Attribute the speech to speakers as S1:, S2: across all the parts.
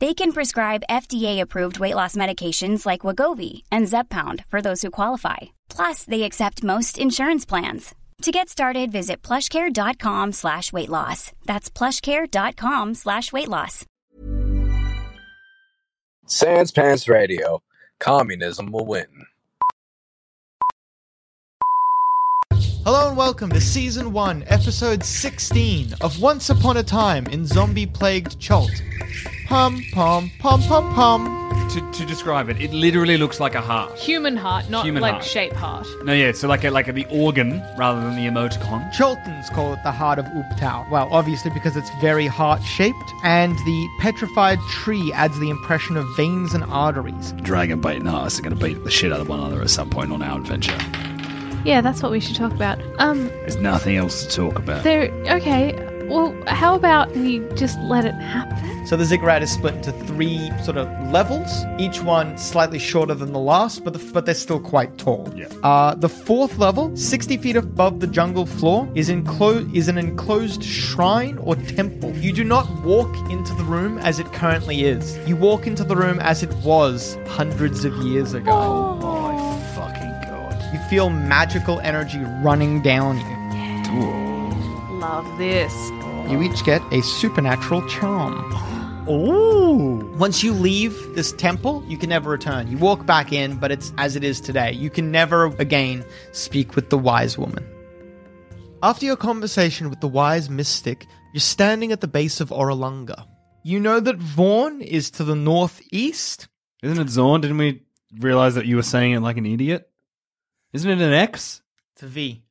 S1: They can prescribe FDA-approved weight loss medications like Wagovi and Zepbound for those who qualify. Plus, they accept most insurance plans. To get started, visit plushcare.com slash weight loss. That's plushcare.com slash weight loss.
S2: Sans Pants Radio. Communism will win.
S3: Hello and welcome to Season 1, Episode 16 of Once Upon a Time in Zombie Plagued Cholt. Pom pom pom pom pom.
S4: to, to describe it, it literally looks like a heart.
S5: Human heart, not
S4: Human
S5: like
S4: heart.
S5: shape heart.
S4: No, yeah, so like a, like a, the organ rather than the emoticon.
S3: Choltons call it the heart of Uptau. Well, obviously because it's very heart shaped, and the petrified tree adds the impression of veins and arteries.
S6: dragon biting us are going to beat the shit out of one another at some point on our adventure.
S5: Yeah, that's what we should talk about. Um,
S6: There's nothing else to talk about.
S5: there. Okay. Well, how about we just let it happen?
S3: So the ziggurat is split into three sort of levels, each one slightly shorter than the last, but the, but they're still quite tall.
S6: Yeah.
S3: Uh, the fourth level, 60 feet above the jungle floor, is enclosed is an enclosed shrine or temple. You do not walk into the room as it currently is. You walk into the room as it was hundreds of years ago.
S5: Oh.
S6: My fucking god.
S3: You feel magical energy running down you.
S5: Love this.
S3: You each get a supernatural charm.
S4: Ooh.
S3: Once you leave this temple, you can never return. You walk back in, but it's as it is today. You can never again speak with the wise woman. After your conversation with the wise mystic, you're standing at the base of Orolunga. You know that Vaughn is to the northeast.
S4: Isn't it Zorn? Didn't we realize that you were saying it like an idiot? Isn't it an X?
S3: To V.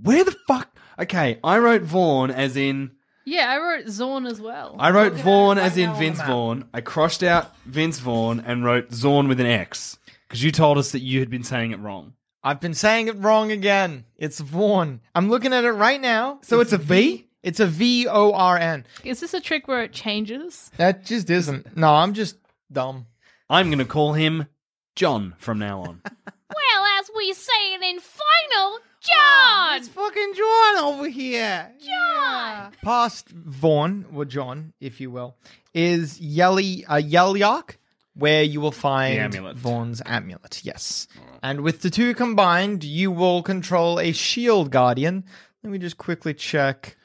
S4: Where the fuck? Okay, I wrote Vaughn as in.
S5: Yeah, I wrote Zorn as well.
S4: I wrote Vaughn as in Vince Vaughn. I crossed out Vince Vaughn and wrote Zorn with an X. Because you told us that you had been saying it wrong.
S3: I've been saying it wrong again. It's Vaughn. I'm looking at it right now.
S4: So it's a V?
S3: It's a V O R N.
S5: Is this a trick where it changes?
S3: That just isn't. No, I'm just dumb.
S4: I'm going to call him John from now on.
S5: Well, as we say it in final, John.
S3: fucking John over here. John. Past Vaughn or John, if you will, is Yelly uh, Yelyark, where you will find
S4: The amulet.
S3: Vaughn's amulet. Yes, and with the two combined, you will control a shield guardian. Let me just quickly check.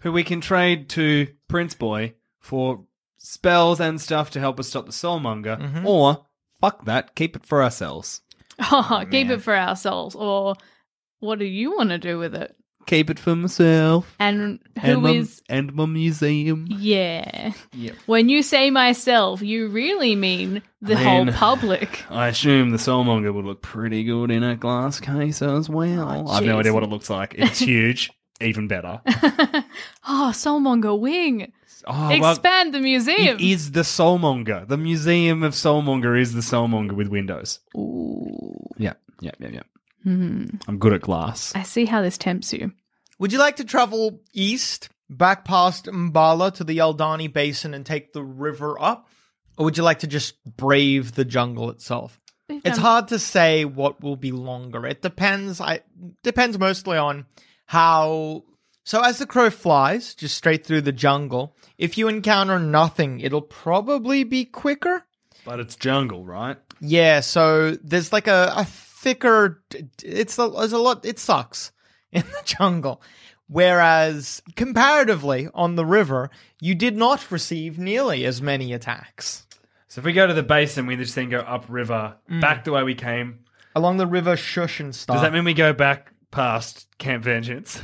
S4: who we can trade to Prince Boy for spells and stuff to help us stop the Soulmonger,
S5: Mm-hmm.
S4: or fuck that, keep it for ourselves. Oh,
S5: keep it for ourselves, or what do you want to do with it?
S4: Keep it for myself
S5: And
S4: and
S5: who
S4: my,
S5: is?
S4: and my museum.
S5: Yeah.
S4: Yep.
S5: When you say myself, you really mean the
S4: I
S5: whole
S4: mean-
S5: public.
S4: I assume the Soulmonger would look pretty good in a glass case as well.
S5: Oh,
S4: I've no
S5: jeez.
S4: idea what it looks like. It's huge, even better.
S5: oh, Soulmonger Wing.
S4: Oh, well,
S5: Expand the museum.
S4: it is the Soulmonger. The Museum of Soulmonger is the Soulmonger with windows.
S5: Ooh.
S4: Yeah, yeah, yeah, yeah.
S5: Hmm.
S4: I'm good at glass.
S5: I see how this tempts you.
S3: Would you like to travel east, back past Mbala to the Eldani Basin, and take the river up, or would you like to just brave the jungle itself?
S5: Um,
S3: It's hard to say what will be longer. It depends. I depends mostly on how. So as the crow flies just straight through the jungle, if you encounter nothing, it'll probably be quicker.
S4: But it's jungle, right?
S3: Yeah. So there's like a, a thicker. It's a, there's a lot. It sucks in the jungle. Whereas comparatively on the river, you did not receive nearly as many attacks.
S5: Mm.
S4: So if we go to the basin, we just then go upriver, back the way we came,
S3: along the river Shush and stuff.
S7: Does that mean we go back past Camp Vengeance?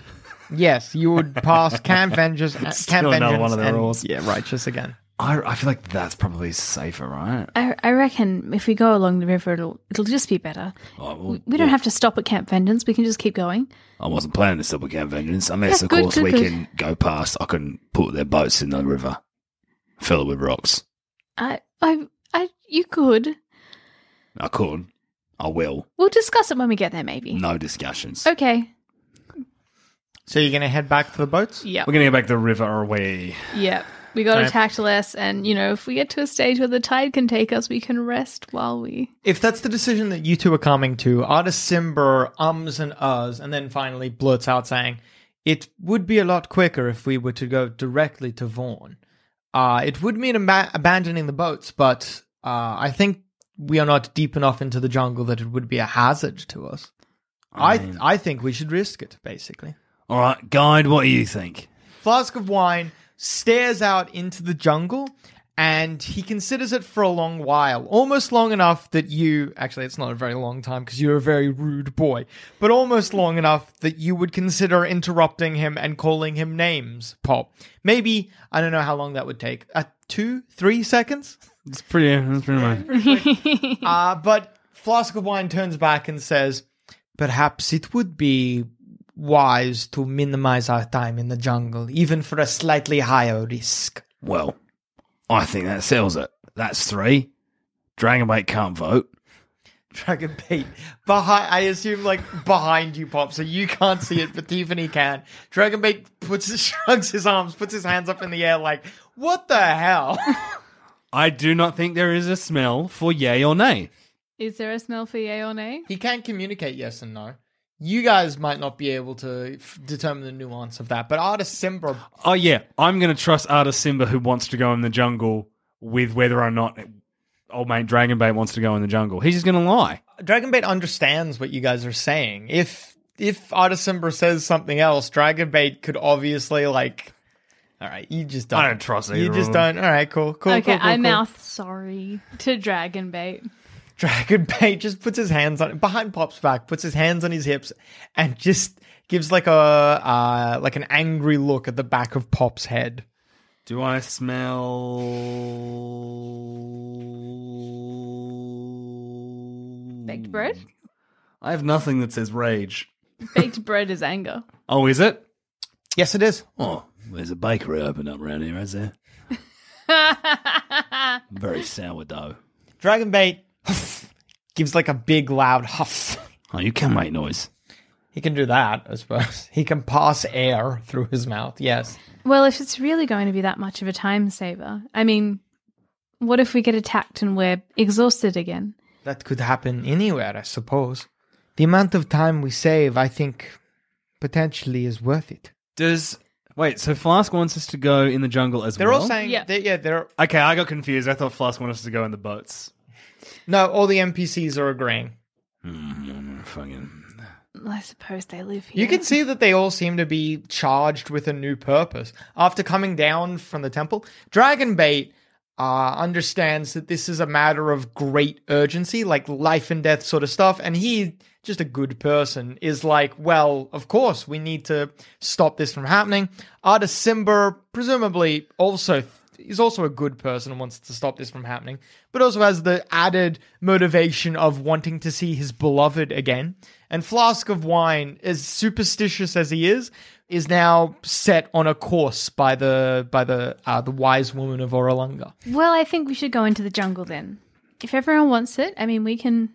S3: Yes, you would pass Camp Vengeance. Camp
S7: another
S3: Vengeance
S7: one of their
S3: and-
S7: rules.
S3: Yeah, righteous again.
S4: I, I feel like that's probably safer, right?
S5: I, I reckon if we go along the river, it'll it'll just be better.
S4: Oh, well,
S5: We, we don't have to stop at Camp Vengeance. We can just keep going.
S4: I wasn't planning to stop at Camp Vengeance, unless
S5: Yeah,
S4: of
S5: good,
S4: course
S5: good,
S4: we
S5: good.
S4: can go past. I can put their boats in the river, fill it with rocks.
S5: I I I you could.
S4: I could, I will.
S5: We'll discuss it when we get there, maybe.
S4: No discussions.
S5: Okay.
S3: So you're gonna head back to the boats.
S5: Yeah.
S7: We're going to go back the river away.
S5: Yeah. We got to
S3: Right.
S5: tact less, and you know, if we get to a stage where the tide can take us, we can rest while we.
S3: If that's the decision that you two are coming to, Artis Simber ums and uhs, and then finally blurts out saying, "It would be a lot quicker if we were to go directly to Vaughn. Uh, it would mean aba- abandoning the boats, but uh, I think we are not deep enough into the jungle that it would be a hazard to us. I
S4: mean-
S3: I think we should risk it, basically."
S4: All right, guide. What do you think?
S3: flask of wine, stares out into the jungle, and he considers it for a long while. Almost long enough that you actually, it's not a very long time because you're a very rude boy, but almost long enough that you would consider interrupting him and calling him names, Pop. Maybe, I don't know how long that would take. Uh, two, three seconds?
S7: It's pretty. That's pretty much.
S3: Uh, but Flask of Wine turns back and says, Perhaps it would be wise to minimize our time in the jungle, even for a slightly higher risk.
S4: Well, I think that sells it. That's three. Dragonbait can't vote.
S3: Dragon Bait. Behind, I assume, like, behind you, Pop, so you can't see it, but Tiffany can. Dragon Bait puts his, shrugs his arms, puts his hands up in the air, like, what the hell?
S7: I do not think there is a smell for yay or nay.
S5: Is there a smell for yay or nay?
S3: he can communicate yes and no. You guys might not be able to f- determine the nuance of that, but Artist Simbra
S7: Oh yeah, I'm going to trust artist Simba who wants to go in the jungle with whether or not old mate Dragonbait wants to go in the jungle. He's just going to lie.
S3: Dragonbait understands what you guys are saying. If if Artisimber says something else, Dragonbait could obviously like. All right, you just don't.
S7: I don't trust either
S3: You
S7: of
S3: just
S7: them.
S3: don't. All right, cool, cool.
S5: okay,
S3: cool, cool,
S5: I
S3: cool.
S5: mouth sorry to dragon bait.
S3: Dragonbait just puts his hands on behind Pop's back, puts his hands on his hips, and just gives like a uh, like an angry look at the back of Pop's head.
S7: Do I smell
S5: Baked
S4: Hmm.
S5: bread?
S7: I have nothing that says rage.
S5: Baked bread is anger.
S7: Oh, is it?
S3: Yes, it is.
S4: Oh, there's a bakery opened up around here, is there? Very sourdough.
S3: Dragonbait huff, gives like a big loud huff.
S4: Oh, you can make noise.
S3: He can do that, I suppose. He can pass air through his mouth. Yes.
S5: Well, if it's really going to be that much of a time saver, I mean, what if we get attacked and we're exhausted again?
S3: That could happen anywhere, I suppose. The amount of time we save, I think, potentially is worth it.
S7: Does wait? So Flask wants us to go in the jungle as
S3: They're
S7: well.
S3: all saying,
S5: Yeah.
S3: they- yeah, they're
S7: okay, I got confused. I thought Flask wanted us to go in the boats.
S3: no, all the NPCs are agreeing.
S4: Mm, fucking.
S5: I suppose they live here.
S3: You can see that they all seem to be charged with a new purpose. After coming down from the temple, Dragonbait uh, understands that this is a matter of great urgency, like life and death sort of stuff. And he, just a good person, is like, well, of course, we need to stop this from happening. Artist Simber, presumably, also is also a good person and wants to stop this from happening, but also has the added motivation of wanting to see his beloved again. And Flask of Wine, as superstitious as he is, is now set on a course by the by the uh, the wise woman of Orolunga.
S5: Well, I think we should go into the jungle then. If everyone wants it, I mean, we can.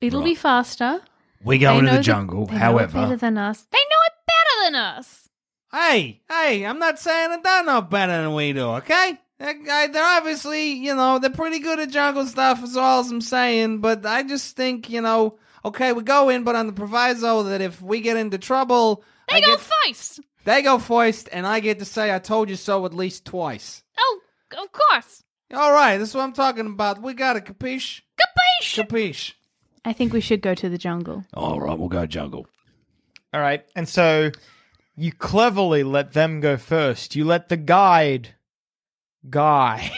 S5: It'll be faster.
S4: We
S5: They
S4: go into
S5: know
S4: the
S5: that-
S4: jungle.
S5: they know it better
S4: However,
S5: than us. They know it better than us.
S7: Hey, hey! I'm not saying that they're no better than we do. Okay, That guy- they're obviously you know they're pretty good at jungle stuff. Is all I'm saying. But I just think you know. Okay, we go in, but on the proviso that if we get into trouble,
S5: They
S7: I
S5: go
S7: get-
S5: first.
S7: they go first, and I get to say I told you so at least twice.
S5: Oh, of course.
S7: All right, that's what I'm talking about. We got it, capiche? Capiche! Capiche.
S5: I think we should go to the jungle.
S4: all right, we'll go jungle.
S3: All right, and so you cleverly let them go first. You let the guide guide.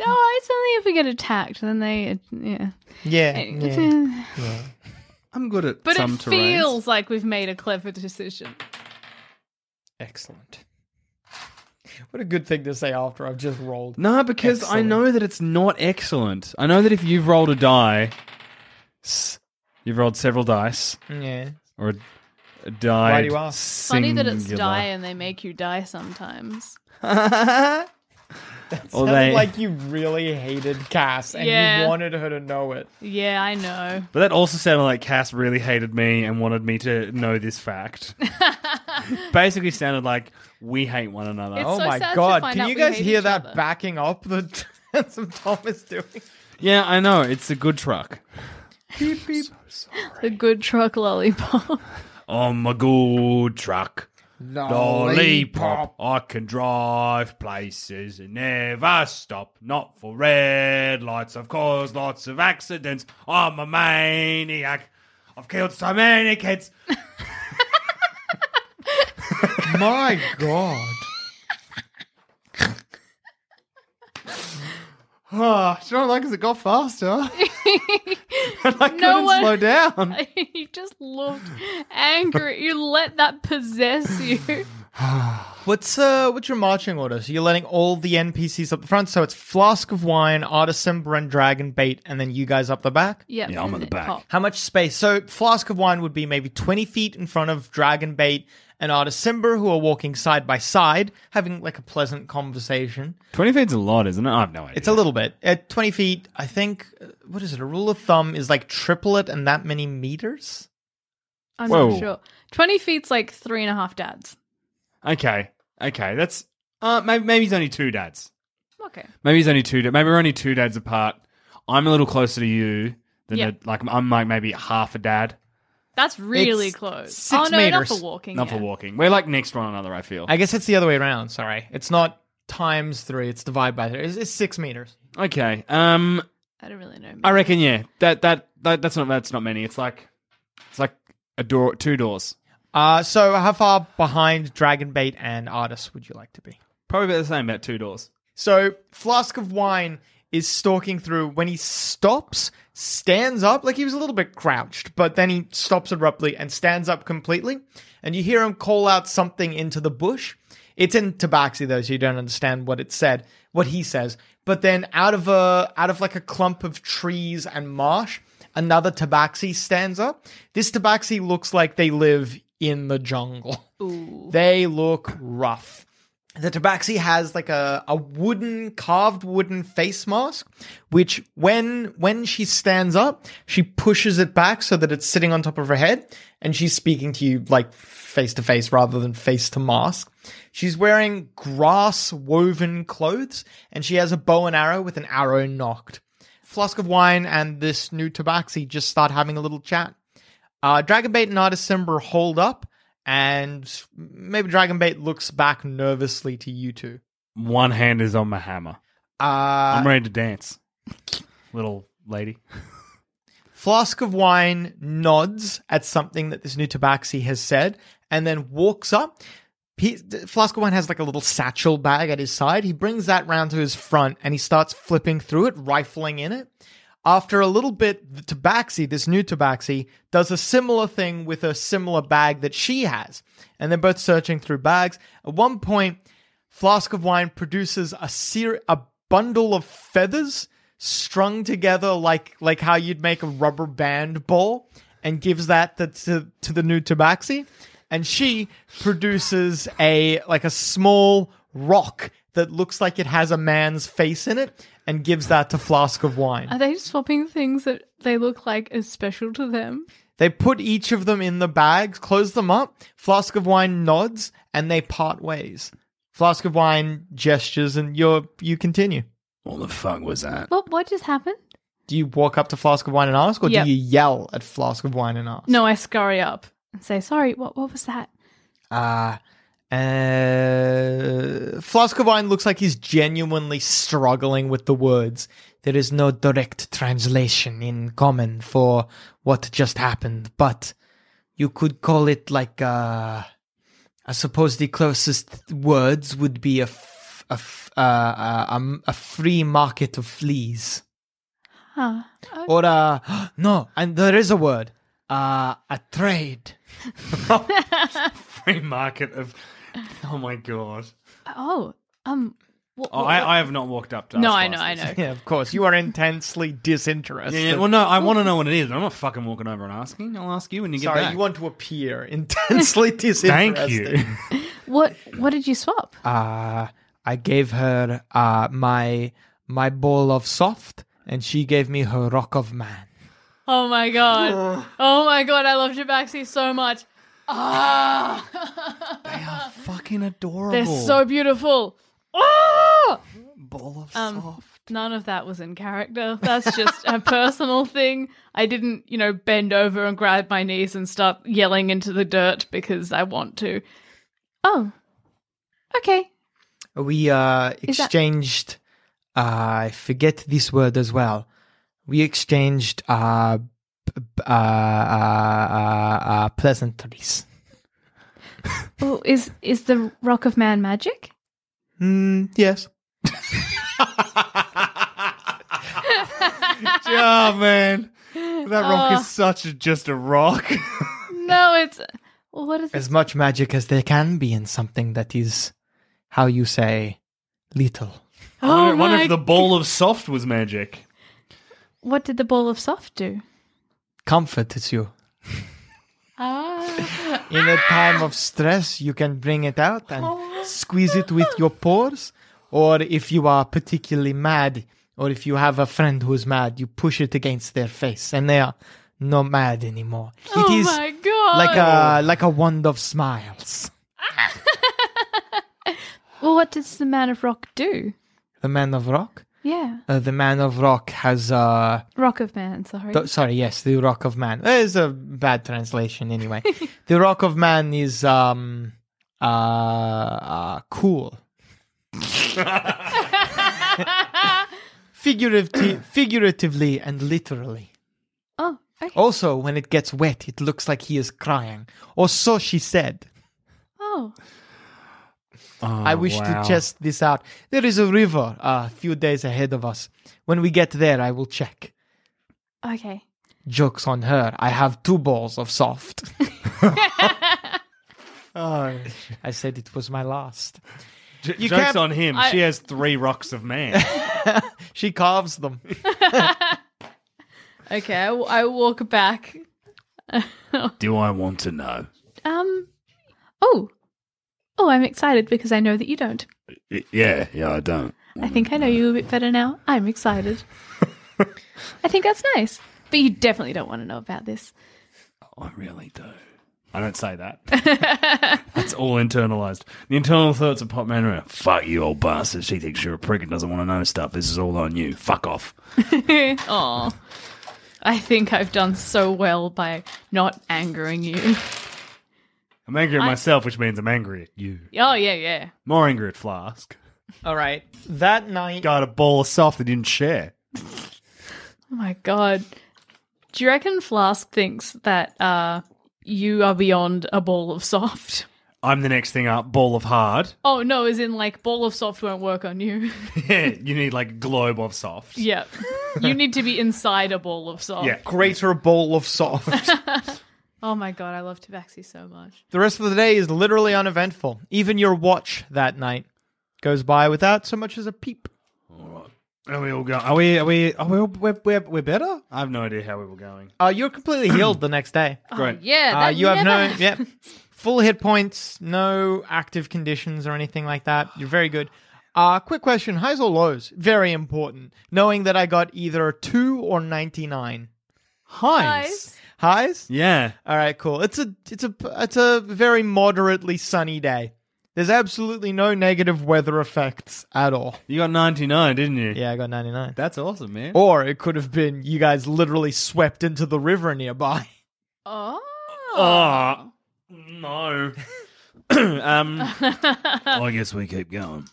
S5: Oh, it's only if we get attacked, then they. uh, Yeah.
S3: Yeah. Uh, yeah.
S5: Eh,
S7: I'm good at
S5: But
S7: some
S5: it
S7: terrains.
S5: feels like we've made a clever decision.
S3: Excellent. What a good thing to say after I've just rolled.
S7: No, because I know that it's not excellent. I know that if you've rolled a die, s- you've rolled several dice
S3: Yeah.
S7: or a, a die.
S3: Why do you ask?
S5: Funny that it's die and they make you die sometimes.
S7: Or
S3: Sounds
S7: they-
S3: like you really hated Cass and
S5: Yeah.
S3: you wanted her to know it.
S5: Yeah, I know.
S4: But that also sounded like Cass really hated me and wanted me to know this fact. Basically, sounded like we hate one another.
S5: It's
S3: oh
S5: so
S3: my
S5: sad to
S3: god.
S5: find
S3: Can
S5: out
S3: you
S5: we
S3: guys
S5: hate
S3: hear
S5: each
S3: that
S5: other.
S3: backing up that some Tom is doing?
S7: Yeah, I know. It's a good truck.
S3: Beep, beep.
S5: The good truck lollipop.
S4: Oh my good truck. Lollipop. I can drive places and never stop. Not for red lights. I've caused lots of accidents. I'm a maniac. I've killed so many kids.
S3: My god. Huh, it's not like 'cause it got faster. I couldn't
S5: one-
S3: slow down.
S5: you just looked angry. You let that possess you.
S3: What's uh what's your marching order? So you're letting all the NPCs up the front, so it's flask of wine, artisan, Bren dragon bait, and then you guys up the back?
S5: Yep,
S4: Yeah, I'm
S5: and
S4: at the
S5: it
S4: back.
S5: popped.
S3: How much space? So flask of wine would be maybe twenty feet in front of dragon bait and Artisimber, who are walking side by side, having like a pleasant conversation.
S4: 20 feet's a lot, isn't it? I have no idea.
S3: It's a little bit at twenty feet. I think uh, what is it? A rule of thumb is like triple it and that many meters.
S5: I'm
S4: Whoa.
S5: not sure. 20 feet's like three and a half dads.
S4: Okay. Okay. That's. Uh, maybe, maybe he's only two dads.
S5: Okay.
S4: Maybe he's only two. da- Maybe we're only two dads apart. I'm a little closer to you than
S5: Yeah.
S4: a- like I'm like maybe half a dad,
S5: That's really
S3: It's
S5: close.
S3: six
S5: oh, no,
S3: meters.
S5: not for walking.
S4: not for
S5: yeah.
S4: walking. We're like next to one another. I feel.
S3: I guess it's the other way around. Sorry, it's not times three. It's divided by three. It's, it's six meters.
S4: okay. Um,
S5: I don't really know.
S4: I reckon yeah. That, that that that's not that's not many. It's like it's like a door, two doors.
S3: Uh, so how far behind Dragonbait and Artis would you like to be?
S4: Probably about the same. About two doors.
S3: So Flask of Wine is stalking through. When he stops, stands up, like he was a little bit crouched, but then he stops abruptly and stands up completely. And you hear him call out something into the bush. It's in Tabaxi though, so you don't understand what it said, what he says. But then out of a out of like a clump of trees and marsh, another Tabaxi stands up. This Tabaxi looks like they live in the jungle. They look rough. The Tabaxi has like a, a wooden, carved wooden face mask, which when when she stands up, she pushes it back so that it's sitting on top of her head, and she's speaking to you like face to face rather than face to mask. She's wearing grass woven clothes, and she has a bow and arrow with an arrow knocked. Flask of wine and this new Tabaxi just start having a little chat. Uh, Dragonbait and Artisimber hold up, and maybe Dragonbait looks back nervously to you two.
S4: One hand is on my hammer.
S3: Uh,
S4: I'm ready to dance, little lady.
S3: Flask of Wine nods at something that this new Tabaxi has said, and then walks up. He, th- Flask of Wine has like a little satchel bag at his side. He brings that round to his front, and he starts flipping through it, rifling in it. After a little bit, the Tabaxi, this new Tabaxi, does a similar thing with a similar bag that she has. And they're both searching through bags. At one point, Flask of Wine produces a ser- a bundle of feathers strung together like like how you'd make a rubber band ball and gives that to, to, to the new Tabaxi. And she produces a like a small rock that looks like it has a man's face in it and gives that to Flask of Wine.
S5: Are they swapping things that they look like is special to them?
S3: They put each of them in the bags, close them up. Flask of wine nods, and they part ways. Flask of wine gestures, and you're you continue.
S4: What the fuck was that?
S5: What what just happened?
S3: Do you walk up to Flask of wine and ask, or
S5: Yep.
S3: do you yell at Flask of wine and ask?
S5: No, I scurry up and say, "Sorry, what what was that?"
S3: Uh, uh, Flask of wine looks like he's genuinely struggling with the words. There is no direct translation in common for what just happened, but you could call it like uh I suppose the closest words would be a, f- a f- uh, uh, um, a free market of fleas,
S5: Huh. Oh,
S3: or a no, and there is a word, uh, a trade.
S4: Free market of. Oh my god!
S5: oh, um. What,
S4: Oh, I, I have not walked up to.
S5: no,
S4: us
S5: I know, I
S4: classes.
S5: know.
S3: Yeah, of course, you are intensely disinterested.
S4: Yeah, yeah, well, no, I want to know what it is. I'm not fucking walking over and asking. I'll ask you when you get
S3: Sorry,
S4: back.
S3: you want to appear intensely disinterested.
S4: Thank you.
S5: What What did you swap?
S3: uh, I gave her uh, my my ball of soft, and she gave me her rock of man.
S5: Oh my god! Oh my god! I love Jabaxi so much. Ah,
S4: they are fucking adorable.
S5: they're so beautiful. Oh!
S4: ball of
S5: Um,
S4: soft.
S5: None of that was in character. That's just a personal thing. I didn't, you know, bend over and grab my knees and start yelling into the dirt because I want to. Oh, okay.
S3: We uh,
S5: that-
S3: exchanged. uh, I forget this word as well. We exchanged uh, b- b- uh, uh, uh, uh, pleasantries.
S5: Well, is is the Rock of Man magic?
S3: Mm, yes.
S4: Oh man, that rock
S5: Oh.
S4: is such a, just a rock.
S5: No, it's. Well, what is it?
S3: As much magic as there can be in something that is, how you say, little.
S4: I wonder,
S5: Oh
S4: wonder
S5: my!
S4: if the ball of soft was magic.
S5: what did the ball of soft do?
S3: Comforts you.
S5: Ah.
S3: In a time of stress, you can bring it out
S5: Oh.
S3: and squeeze it with your pores. Or if you are particularly mad, or if you have a friend who's mad, you push it against their face, and they are not mad anymore.
S5: oh
S3: it is
S5: my god!
S3: like a like a wand of smiles.
S5: well, what does the Man of Rock do?
S3: The man of rock.
S5: Yeah,
S3: Uh, the man of rock has uh
S5: Rock of Man. Sorry.
S3: th- sorry yes the rock of man Eh, It's a bad translation anyway the rock of man is um uh, uh cool figuratively, figuratively and literally.
S5: oh, okay. Oh.
S3: Also, when it gets wet, it looks like he is crying, or so she said.
S5: Oh.
S3: I wish
S4: Oh, wow.
S3: to test this out. There is a river uh, a few days ahead of us. When we get there, I will check.
S5: Oh, okay.
S3: Jokes on her. I have two balls of soft. oh, I said it was my last.
S4: J-
S3: You
S4: jokes
S3: can't-
S4: on him.
S5: I-
S4: She has three rocks of man.
S3: She carves them.
S5: Okay, I, w- I walk back.
S4: Do I want to know?
S5: Um. Oh. Oh, I'm excited because I know that you don't.
S4: Y- Yeah, yeah, I don't.
S5: I think I know you a bit better now. I'm excited. I think that's nice. But you definitely don't want to know about this.
S4: I really do. I don't say that. That's all internalized. The internal thoughts of Pop Man are fuck you, old bastard. She thinks you're a prick and doesn't want to know stuff. This is all on you. Fuck off.
S5: Aw. I think I've done so well by not angering you. Oh,
S4: I'm angry at myself, which means I'm angry at you.
S5: Oh, yeah, yeah.
S4: More angry at Flask.
S3: All right. That night.
S4: Got a ball of soft that didn't share.
S5: Oh my god. Do you reckon Flask thinks that uh, you are beyond a ball of soft?
S4: I'm the next thing up, ball of hard.
S5: Oh no, as in like ball of soft won't work on you.
S4: Yeah, you need like a globe of soft.
S5: yeah. You need to be inside a ball of soft.
S4: Yeah.
S3: Greater bowl of soft.
S5: Oh my god, I love Tabaxi so much.
S3: The rest of the day is literally uneventful. Even your watch that night goes by without so much as a peep.
S4: Are we all going? Are we? Are we? Are we? All, oh, we're, we're, we're better. I have no idea how we were going.
S3: Uh, you're completely healed the next day.
S4: Great.
S5: Yeah,
S3: Uh,
S5: that
S3: you have
S5: never
S3: no yep,
S5: happens.
S3: full hit points, no active conditions or anything like that. You're very good. Uh, quick question: highs or lows? Very important. Knowing that I got either two or ninety nine
S4: Highs.
S3: highs.
S4: Yeah.
S3: All right, cool. It's a it's a it's a very moderately sunny day. There's absolutely no negative weather effects at all.
S4: You got 99, didn't you?
S3: Yeah, I got ninety nine.
S4: That's awesome, man.
S3: Or it could have been you guys literally swept into the river nearby.
S5: Oh.
S4: Oh, no. um, I guess we keep going.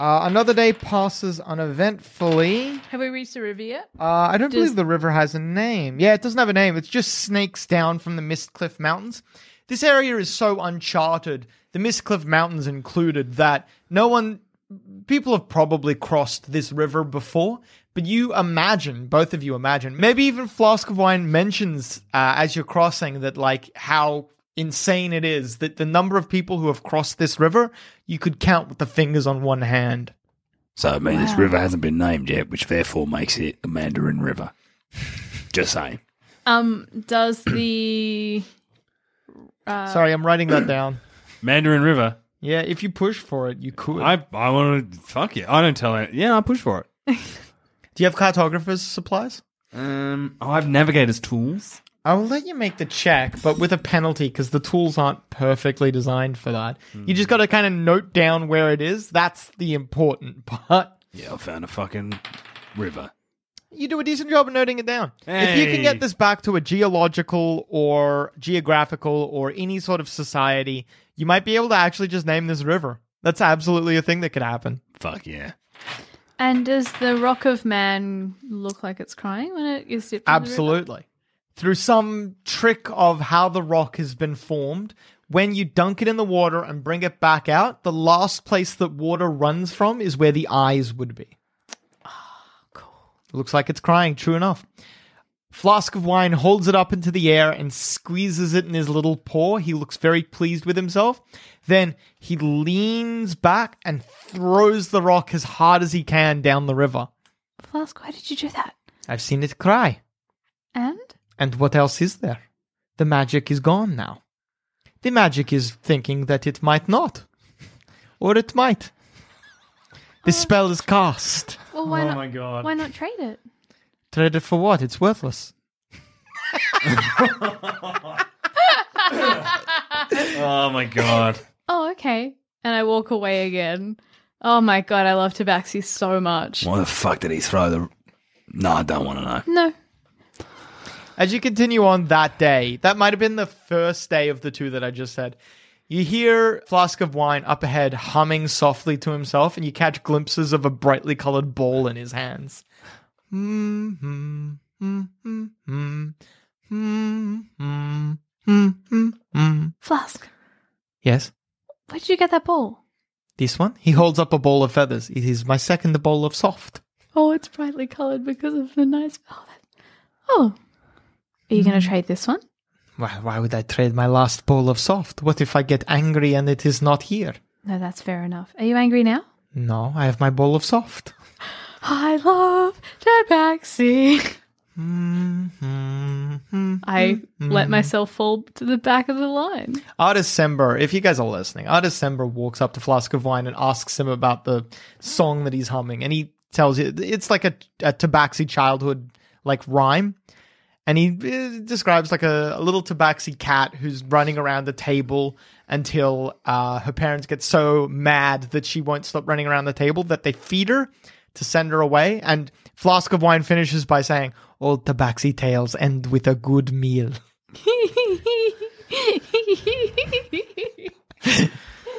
S3: Uh, another day passes uneventfully.
S5: Have we reached the river yet?
S3: Uh, I don't believe
S5: Does-
S3: the river has a name. Yeah, it doesn't have a name. It just snakes down from the Mist Cliff Mountains. This area is so uncharted, the Mist Cliff Mountains included, that no one people have probably crossed this river before, but you imagine, both of you imagine, maybe even Flask of Wine mentions uh, as you're crossing that, like, how insane it is that the number of people who have crossed this river, you could count with the fingers on one hand.
S6: So, I mean, this river hasn't been named yet, which therefore makes it the Mandarin River. Just saying.
S5: Um, does the
S3: Sorry, I'm writing that down.
S4: Mandarin River.
S3: Yeah, if you push for it, you could.
S4: I I want to fuck it. I don't tell it. Yeah, I push for it.
S3: Do you have cartographer's supplies?
S4: Um, I have navigator's tools.
S3: I will let you make the check, but with a penalty because the tools aren't perfectly designed for that. You just got to kind of note down where it is. That's the important part.
S6: Yeah, I found a fucking river.
S3: You do a decent job of noting it down. If you can get
S4: Hey.
S3: this back to a geological or geographical or any sort of society, you might be able to actually just name this river. That's absolutely a thing that could happen.
S6: Fuck yeah.
S5: and does the Rock of Man look like it's crying when it is dipped? in the river?
S3: Absolutely. Through some trick of how the rock has been formed, when you dunk it in the water and bring it back out, the last place that water runs from is where the eyes would be.
S5: Ah,
S3: Looks like it's crying, true enough. Flask of wine holds it up into the air and squeezes it in his little paw. He looks very pleased with himself. Then he leans back and throws the rock as hard as he can down the river.
S5: Flask, why did you do that?
S3: I've seen it cry.
S5: And
S3: And what else is there? The magic is gone now. The magic is thinking that it might not. Or it might. The spell is cast.
S5: well, why not?
S4: god.
S5: Why not trade it?
S3: Trade it for what? It's worthless.
S4: Oh my god.
S5: Oh, okay. And I walk away again. Oh my god, I love Tabaxi so much.
S6: Why the fuck did he throw the. No, I don't want to know.
S5: No,
S3: As you continue on that day, that might have been the first day of the two that I just said. You hear Flask of Wine up ahead humming softly to himself, and you catch glimpses of a brightly colored ball in his hands. Mm-hmm, mm-hmm, mm-hmm, mm-hmm, mm-hmm.
S5: Flask,
S3: Yes,
S5: where did you get that ball?
S3: this one. He holds up a ball of feathers. It is my second ball of soft.
S5: Oh, it's brightly coloured because of the nice velvet. Oh, are you going to trade this one?
S3: Why, why would I trade my last ball of soft? What if I get angry and it is not here?
S5: No, that's fair enough. Are you angry now?
S3: No, I have my ball of soft.
S5: I love Tabaxi.
S3: Mm-hmm.
S5: I let myself fall to the back of the line.
S3: Artist Sember, if you guys are listening, Artist Sember walks up to Flask of Wine and asks him about the song that he's humming. And he tells you it's like a, a Tabaxi childhood like rhyme. And he uh, describes like a, a little Tabaxi cat who's running around the table until uh, her parents get so mad that she won't stop running around the table that they feed her to send her away. And Flask of Wine finishes by saying, All Tabaxi tales end with a good meal.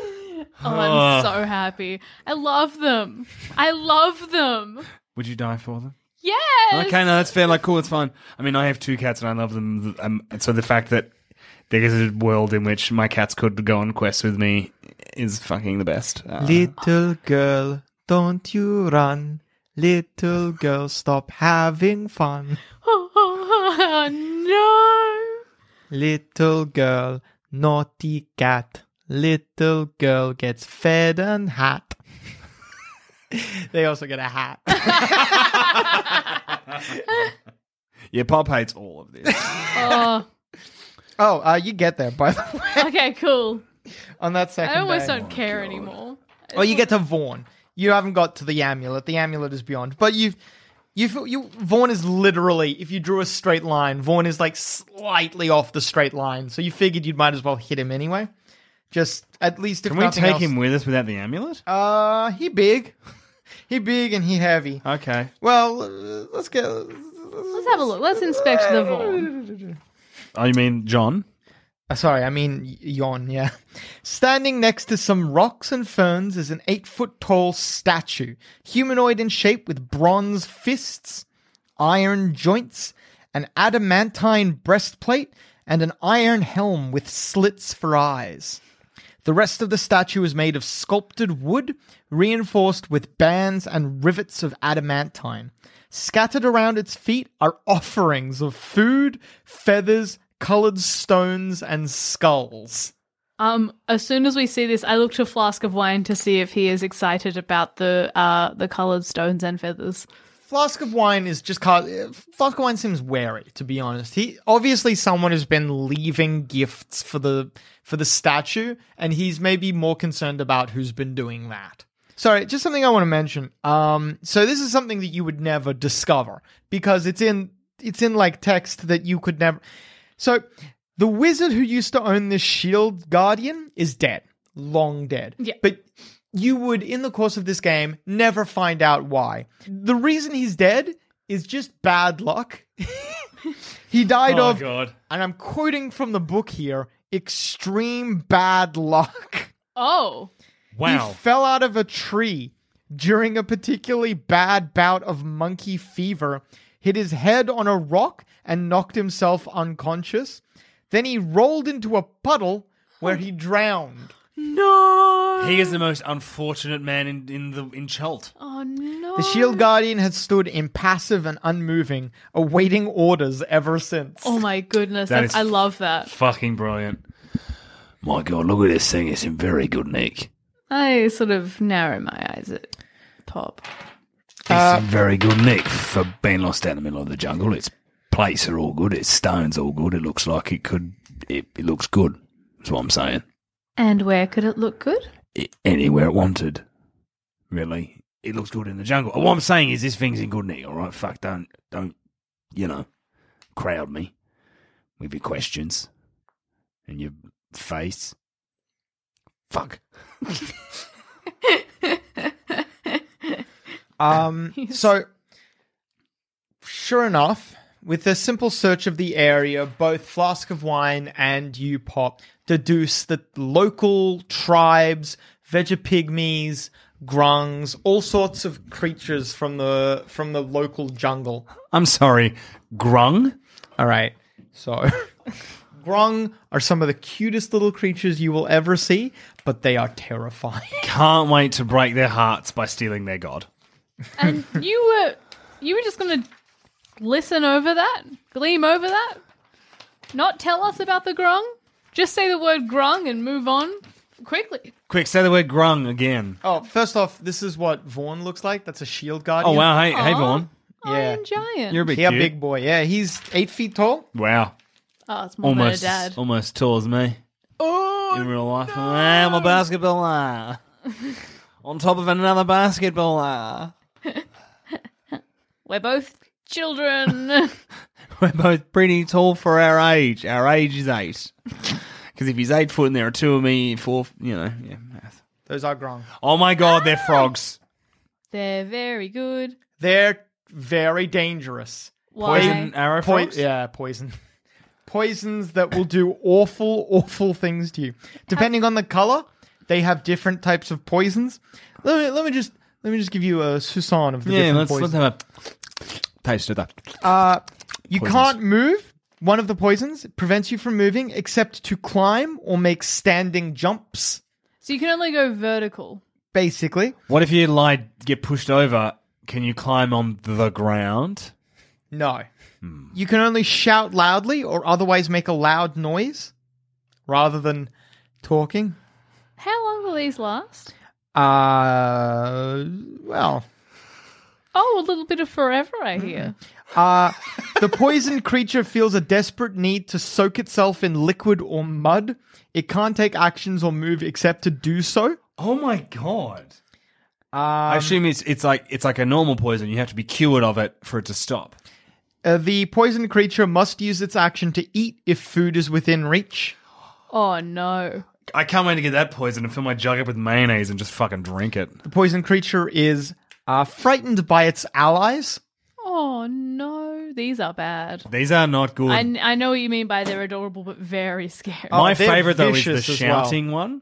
S5: Oh, I'm
S4: Ah.
S5: so happy. I love them. I love them.
S4: Would you die for them?
S5: Yes.
S4: Okay, no, that's fair. Like, cool, it's fine. I mean, I have two cats and I love them. Um, so the fact that there is a world in which my cats could go on quests with me is fucking the best. Uh,
S3: Little girl, don't you run. Little girl, stop having fun.
S5: no.
S3: Little girl, naughty cat. Little girl gets fed and hat. they also get a hat.
S4: yeah, Pop hates all of this.
S5: Oh,
S3: oh, uh, you get there, by the way,
S5: okay, cool.
S3: on that second
S5: I almost
S3: day. Oh,
S5: don't care anymore.
S3: Well, you get to Vaughn. You haven't got to the amulet. The amulet is beyond. But you, you, feel- you. Vaughn is literally. If you drew a straight line, Vaughn is like slightly off the straight line. So you figured you might as well hit him anyway. Just at least if
S4: Can we
S3: nothing
S4: take
S3: else-
S4: him with us without the amulet?
S3: Uh, he big, he big and he heavy.
S4: okay.
S3: Well, uh, let's get. Let's
S5: Let's have a look. Let's inspect the vault.
S4: Oh, you mean John?
S3: Uh, Sorry, I mean y- yawn, yeah. Standing next to some rocks and ferns is an eight foot tall statue, humanoid in shape with bronze fists, iron joints, an adamantine breastplate, and an iron helm with slits for eyes. The rest of the statue is made of sculpted wood, reinforced with bands and rivets of adamantine. Scattered around its feet are offerings of food, feathers, colored stones, and skulls.
S5: Um, as soon as we see this, I look to Flask of Wine to see if he is excited about the uh the colored stones and feathers.
S3: Flask of wine is just car- Flask of wine seems wary, to be honest. He obviously someone has been leaving gifts for the for the statue, and he's maybe more concerned about who's been doing that. Sorry, just something I want to mention. Um, so this is something that you would never discover because it's in it's in like text that you could never. So the wizard who used to own this shield guardian is dead, long dead.
S5: Yeah.
S3: But you would, in the course of this game, never find out why. The reason he's dead is just bad luck. he died
S4: Oh
S3: of,
S4: god.
S3: and I'm quoting from the book here, extreme bad luck.
S5: Oh,
S3: He
S4: Wow.
S3: fell out of a tree during a particularly bad bout of monkey fever, hit his head on a rock, and knocked himself unconscious. Then he rolled into a puddle where he drowned.
S4: He is the most unfortunate man in, in the in Chult.
S5: oh no!
S3: The shield guardian had stood impassive and unmoving, awaiting orders ever since.
S5: Oh my goodness!
S4: That
S5: that's-
S4: is-
S5: I love that.
S4: Fucking brilliant.
S6: My God, look at this thing. It's in very good nick.
S5: I sort of narrow my eyes at Pop.
S6: It's in very good nick for being lost out in the middle of the jungle. Its plates are all good. Its stones all good. It looks like it could. It, it looks good. That's what I'm saying.
S5: And where could it look good?
S6: It, anywhere it wanted, really. It looks good in the jungle. What I'm saying is this thing's in good nick. All right, fuck. Don't don't you know crowd me with your questions and your face. Fuck.
S3: Um, so, sure enough, with a simple search of the area, both Flask of Wine and you Pop deduce that local tribes, veggie pygmies, grungs, all sorts of creatures from the from the local jungle.
S4: I'm sorry, Grung.
S3: All right, so. Grung are some of the cutest little creatures you will ever see, but they are terrifying.
S4: Can't wait to break their hearts by stealing their god.
S5: And you were you were just gonna listen over that, gleam over that, not tell us about the grung. Just say the word grung and move on quickly.
S4: Quick, say the word Grung again.
S3: Oh, first off, this is what Vaughn looks like. That's a shield guardian.
S4: Oh wow, hey hey
S5: Aw.
S4: Vaughn.
S3: Yeah.
S5: Iron giant.
S4: You're a bit
S3: Yeah,
S4: cute.
S3: big boy. Yeah, he's eight feet tall.
S4: Wow.
S5: oh, it's more
S4: Almost
S5: than a dad.
S4: almost tall as me.
S3: Oh,
S4: In real life. I'm a basketballer. On top of another basketballer.
S5: We're both children.
S4: We're both pretty tall for our age. Our age is eight. Because if he's eight foot and there are two of me, four, you know, yeah, math.
S3: those are grung.
S4: Oh my god, they're frogs.
S5: They're very good.
S3: They're very dangerous.
S5: Why?
S4: Poison arrow
S3: Poi-
S4: frogs?
S3: yeah, poison. Poisons that will do awful, awful things to you. Depending on the color, they have different types of poisons. Let me, let me just let me just give you a Susan of the
S4: Yeah,
S3: different
S4: let's, let's
S3: poisons.
S4: have a taste of that.
S3: Uh, you
S4: Poisons.
S3: can't move. One of the poisons prevents you from moving except to climb or make standing jumps.
S5: So you can only go vertical.
S3: Basically,
S4: What if you lie, get pushed over? Can you climb on the ground?
S3: No. You can only shout loudly or otherwise make a loud noise rather than talking.
S5: How long will these last?
S3: Uh, well,
S5: Oh, a little bit of forever, I hear.
S4: Mm.
S3: uh, the poisoned creature feels a desperate need to soak itself in liquid or mud. It can't take actions or move except to do so.
S4: Oh my god! Um, I
S3: Uh,
S4: assume it's it's like it's like a normal poison. You have to be cured of it for it to stop.
S3: uh, the poisoned creature must use its action to eat if food is within reach.
S5: Oh no.
S4: I can't wait to get that poison and fill my jug up with mayonnaise and just fucking drink it.
S3: The poisoned creature is uh, frightened by its allies.
S5: Oh no. These are bad.
S4: These are not good.
S5: I, I know what you mean by they're adorable, but very scary.
S3: Oh,
S4: my
S3: they're
S4: favorite though is the
S3: vicious as well.
S4: shouting one.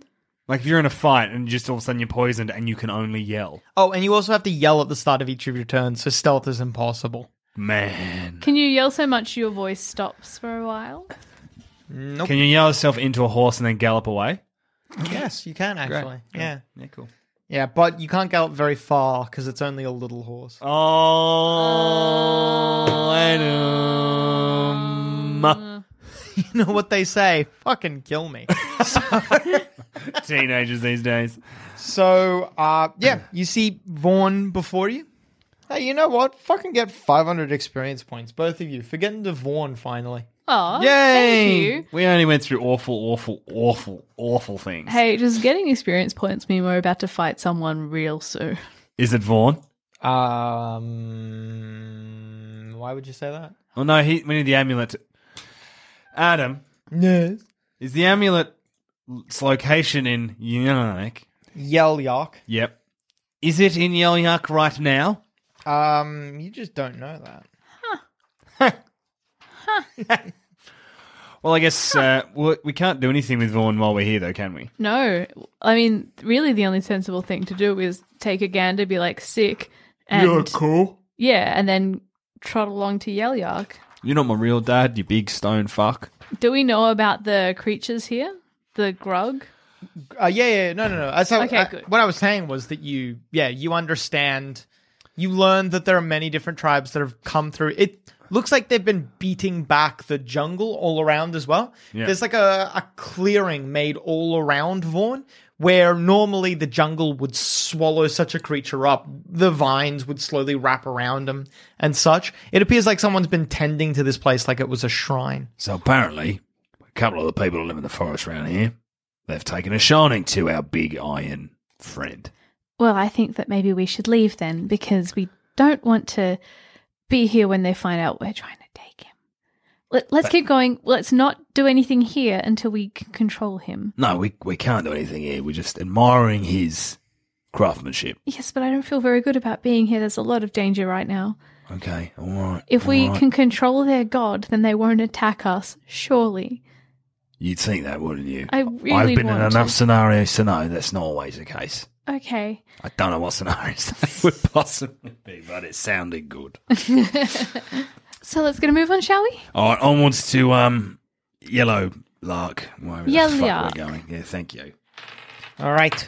S4: Like if you're in a fight and just all of a sudden you're poisoned and you can only yell.
S3: Oh, and you also have to yell at the start of each of your turns, so stealth is impossible.
S4: Man,
S5: Can you yell so much your voice stops for a while?
S4: can you yell yourself into a horse and then gallop away?
S3: Yes, you can actually. Yeah.
S4: Yeah, cool.
S3: Yeah, but you can't gallop very far because it's only a little horse.
S4: Oh, Adam.
S3: You know what they say? Fucking kill me.
S4: Teenagers these days.
S3: so, uh, yeah, you see Vaughn before you. Hey, you know what? Fucking get 500 experience points, both of you, for getting to Vaughn finally.
S5: Oh,
S4: Yay!
S5: thank you.
S4: We only went through awful, awful, awful, awful things.
S5: Hey, just getting experience points mean we're about to fight someone real soon.
S4: Is it Vaughn?
S3: Um, why would you say that?
S4: Oh no, he, we need the amulet. to- Adam,
S3: Yes.
S4: is the amulet its location in Yelyak?
S3: Yell Yark.
S4: Yep. Is it in Yelyak right now?
S3: Um, you just don't know that.
S4: Well, I guess uh, we we can't do anything with Vaughn while we're here, though, can we?
S5: No, I mean, really, the only sensible thing to do is take a gander, be like sick, and yeah,
S4: cool.
S5: and then trot along to Yelyak.
S4: You're not my real dad, you big stone fuck.
S5: Do we know about the creatures here? The grug?
S3: Uh, yeah, yeah, no, no, no. That's how,
S5: Okay,
S3: uh,
S5: good.
S3: What I was saying was that you, yeah, you understand. You learn that there are many different tribes that have come through. It looks like they've been beating back the jungle all around as well.
S4: Yeah.
S3: There's like a, a clearing made all around Vaughn, where normally the jungle would swallow such a creature up. The vines would slowly wrap around him and such. It appears like someone's been tending to this place like it was a shrine.
S6: So apparently, a couple of the people that live in the forest around here, they've taken a shining to our big iron friend.
S5: Well, I think that maybe we should leave then because we don't want to be here when they find out we're trying to take him. Let, let's keep going. Let's not do anything here until we can control him.
S6: No, we we can't do anything here. We're just admiring his craftsmanship.
S5: Yes, but I don't feel very good about being here. There's a lot of danger right now.
S6: Okay, all right.
S5: If
S6: all
S5: we
S6: right.
S5: can control their god, then they won't attack us, surely.
S6: you'd think that, wouldn't you?
S5: I really
S6: I've been
S5: want
S6: in enough
S5: to.
S6: scenarios to know that's not always the case.
S5: Okay.
S6: I don't know what scenarios they would possibly be, but it sounded good.
S5: So let's get a move on, shall we?
S6: All right, onwards to um, yellow lark. Wherever the
S5: Yellow
S6: fuck
S5: lark.
S6: we're going. Yeah, thank you.
S3: All right.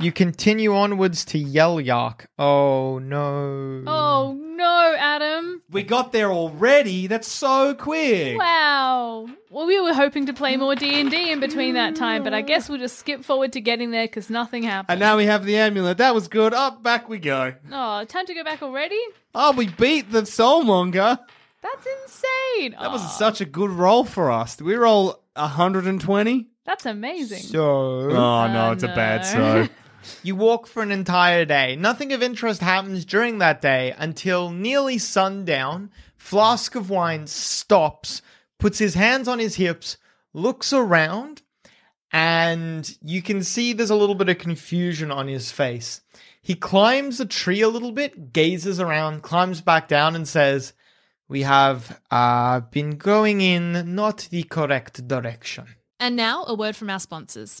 S3: You continue onwards to Yelyak. Oh no.
S5: Oh, no, Adam.
S4: We got there already. That's so quick.
S5: Wow. Well, we were hoping to play more D&D in between that time, but I guess we'll just skip forward to getting there because nothing
S4: And
S5: happened.
S4: now we have the amulet. That was good. Up, back we go.
S5: Oh, time to go back already?
S4: Oh, we beat the soulmonger.
S5: That's insane. Oh,
S4: That was
S6: Ah.
S5: Aw,
S4: such a good roll for us. Did we roll 120?
S5: That's amazing.
S3: So
S4: Oh,
S5: no, it's a bad no. so.
S3: you walk for an entire day. Nothing of interest happens during that day until nearly sundown. Flask of wine stops, puts his hands on his hips, looks around, and you can see there's a little bit of confusion on his face. He climbs a tree a little bit, gazes around, climbs back down, and says, "We have uh, been going in not the correct direction."
S8: And now, a word from our sponsors.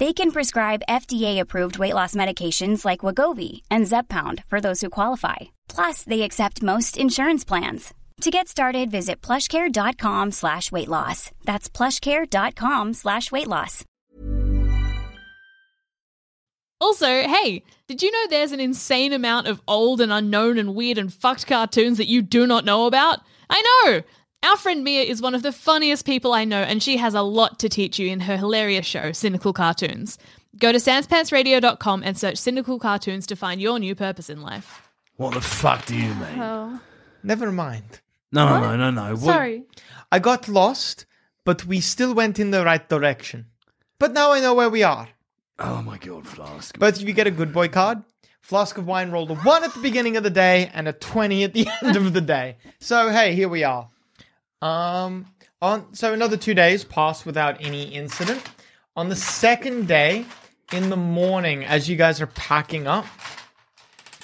S1: They can prescribe FDA-approved weight loss medications like Wagovi and Zepbound for those who qualify. Plus, they accept most insurance plans. To get started, visit plushcare.com slash weight loss. That's plushcare.com slash weight loss.
S8: Also, hey, did you know there's an insane amount of old and unknown and weird and fucked cartoons that you do not know about? I know! Our friend Mia is one of the funniest people I know, and she has a lot to teach you in her hilarious show, Cynical Cartoons. Go to sanspantsradio.com and search Cynical Cartoons to find your new purpose in life.
S6: What the fuck do you mean?
S5: Oh.
S3: Never mind.
S6: No, no, no, no, no. What-
S3: I got lost, but we still went in the right direction. But now I know where we are.
S6: Oh my god, Flask.
S3: But you get a good boy card. Flask of wine rolled a 1 at the beginning of the day and a 20 at the end of the day. So hey, here we are. Um on so another 2 days pass without any incident. On the second day in the morning as you guys are packing up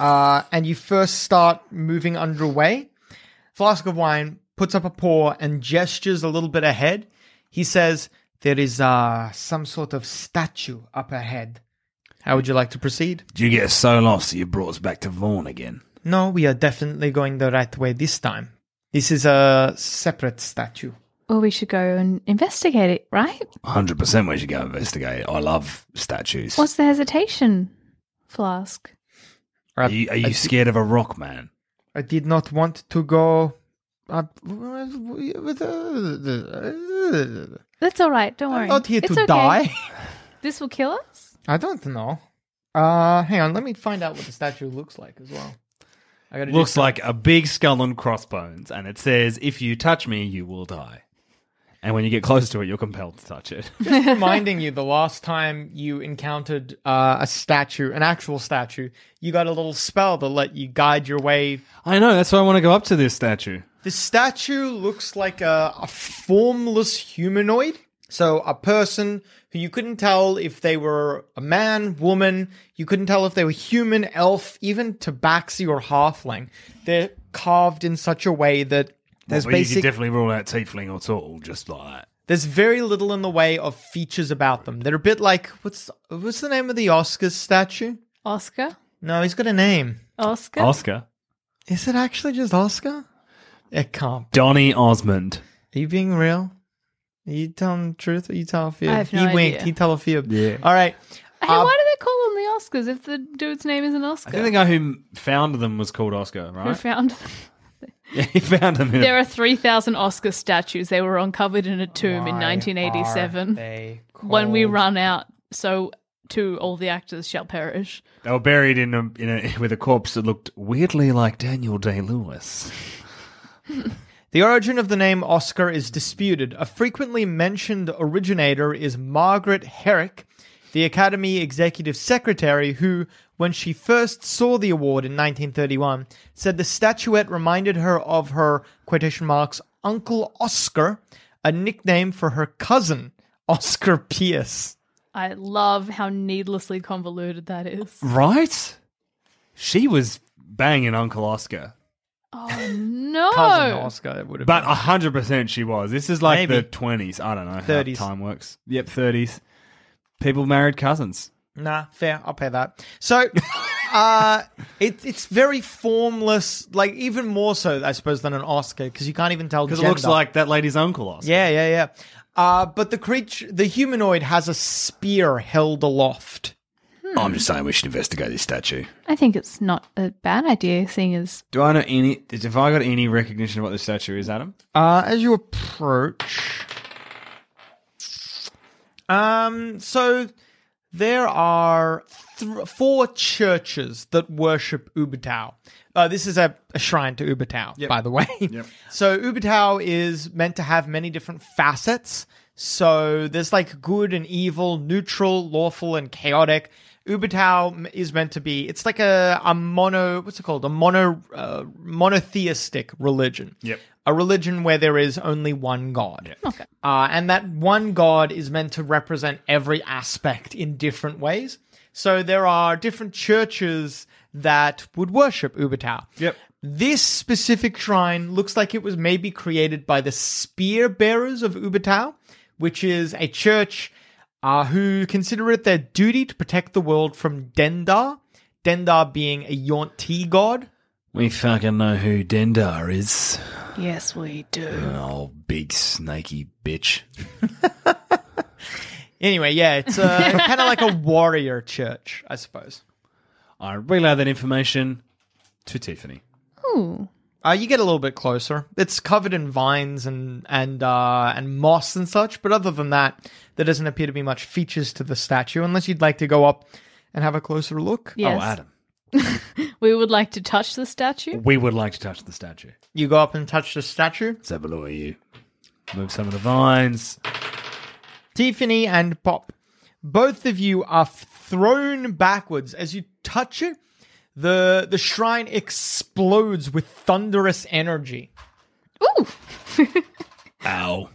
S3: uh and you first start moving underway, Flask of wine puts up a paw and gestures a little bit ahead. He says there is uh some sort of statue up ahead. How would you like to proceed?
S6: Did you get so lost that you brought us back to Vaughan again?
S3: No, we are definitely going the right way this time. This is a separate statue.
S5: Well, we should go and investigate it, right?
S6: 100% we should go investigate. I love statues.
S5: What's the hesitation, Flask?
S6: Are you, are you scared of a rock, man?
S3: I did not want to go. Uh, I'm
S5: That's all right. Don't worry.
S3: uh, not here
S5: It's
S3: to
S5: okay.
S3: die.
S5: This will kill us?
S3: I don't know. Uh, hang on, let me find out what the statue looks like as well. I gotta do
S4: Looks
S3: some-
S4: like a big skull and crossbones, and it says, "If you touch me, you will die." And when you get close to it, you're compelled to touch it.
S3: Just reminding you, the last time you encountered uh, a statue, an actual statue, you got a little spell that let you guide your way.
S4: I know. That's why I want to go up to this statue.
S3: The statue looks like a, a formless humanoid. So, a person who you couldn't tell if they were a man, woman, you couldn't tell if they were human, elf, even tabaxi or halfling. They're carved in such a way that there's
S6: well, You
S3: basic
S6: could definitely rule out tiefling or tall, just like that.
S3: There's very little in the way of features about them. They're a bit like what's what's the name of the Oscars statue?
S5: Oscar?
S3: No, he's got a name.
S5: Oscar?
S4: Oscar,
S3: Is it actually just Oscar? It can't.
S4: Donny Osmond.
S3: Are you being real? Are you telling the truth? Are you telling a fib?
S5: I have
S3: he
S5: no
S3: winked.
S5: idea.
S3: He tell a fib.
S4: Yeah.
S3: All right.
S5: Hey,
S3: Uh,
S5: why do they call him the Oscars if the dude's name isn't
S4: I
S5: Oscar?
S4: think the guy who founded them was called Oscar,
S5: Who
S4: right?
S5: found them?
S4: yeah, he found them. In a-
S5: There are 3,000 Oscar statues. They were uncovered in a tomb in
S3: Why
S5: 1987.
S3: are they
S5: When we
S3: called-
S5: run out, so too all the actors shall perish.
S4: they were buried in a, in a with a corpse that looked weirdly like Daniel Day Lewis.
S3: The origin of the name Oscar is disputed. A frequently mentioned originator is Margaret Herrick, the Academy Executive Secretary, who, when she first saw the award in 1931, said the statuette reminded her of her quotation marks Uncle Oscar, a nickname for her cousin, Oscar Pierce.
S5: I love how needlessly convoluted that is.
S4: Right? She was banging Uncle Oscar.
S5: Oh, no.
S3: Cousin Oscar, it would have
S4: But
S3: been.
S4: 100% she was. This is like
S3: Maybe.
S4: the 20s. I don't know how
S3: 30s.
S4: time works. Yep, 30s. People married cousins.
S3: Nah, fair. I'll pay that. So, uh, it, it's very formless, like even more so, I suppose, than an Oscar, because you can't even tell.
S4: Because it looks
S3: gender.
S4: like that lady's uncle Oscar.
S3: Yeah, yeah, yeah. Uh, but the creature, the humanoid, has a spear held aloft.
S6: I'm just saying we should investigate this statue.
S5: I think it's not a bad idea, seeing as
S4: Do I know any. Have I got any recognition of what this statue is, Adam?
S3: Uh, as you approach, um, so there are th- four churches that worship Ubitao. Uh, this is a, a shrine to Ubitao, by the way. So Ubitao is meant to have many different facets. So there's like good and evil, neutral, lawful, and chaotic. Ubitao m- is meant to be. It's like a, a mono. What's it called? A mono uh, monotheistic religion.
S4: Yep.
S3: A religion where there is only one god.
S5: Okay.
S3: Uh, and that one god is meant to represent every aspect in different ways. So there are different churches that would worship Ubitao.
S4: Yep.
S3: This specific shrine looks like it was maybe created by the spear bearers of Ubitao, which is a church uh, who consider it their duty to protect the world from Dendar, Dendar being a Yonti god.
S4: We fucking know who Dendar is.
S5: Yes, we do.
S4: Oh, big snaky bitch.
S3: Anyway, yeah, it's uh, kind of like a warrior church, I suppose.
S4: I relay that information to Tiffany.
S5: Ooh.
S3: Uh, you get a little bit closer. It's covered in vines and and uh, and moss and such, but other than that, there doesn't appear to be much features to the statue, unless you'd like to go up and have a closer look.
S5: Yes.
S4: Oh, Adam.
S5: We would like to touch the statue.
S4: We would like to touch the statue.
S3: You go up and touch the statue.
S4: Let's have a look at you. Move some of the vines.
S3: Tiffany and Pop, both of you are thrown backwards as you touch it. the The shrine explodes with thunderous energy.
S5: Ooh.
S4: Ow.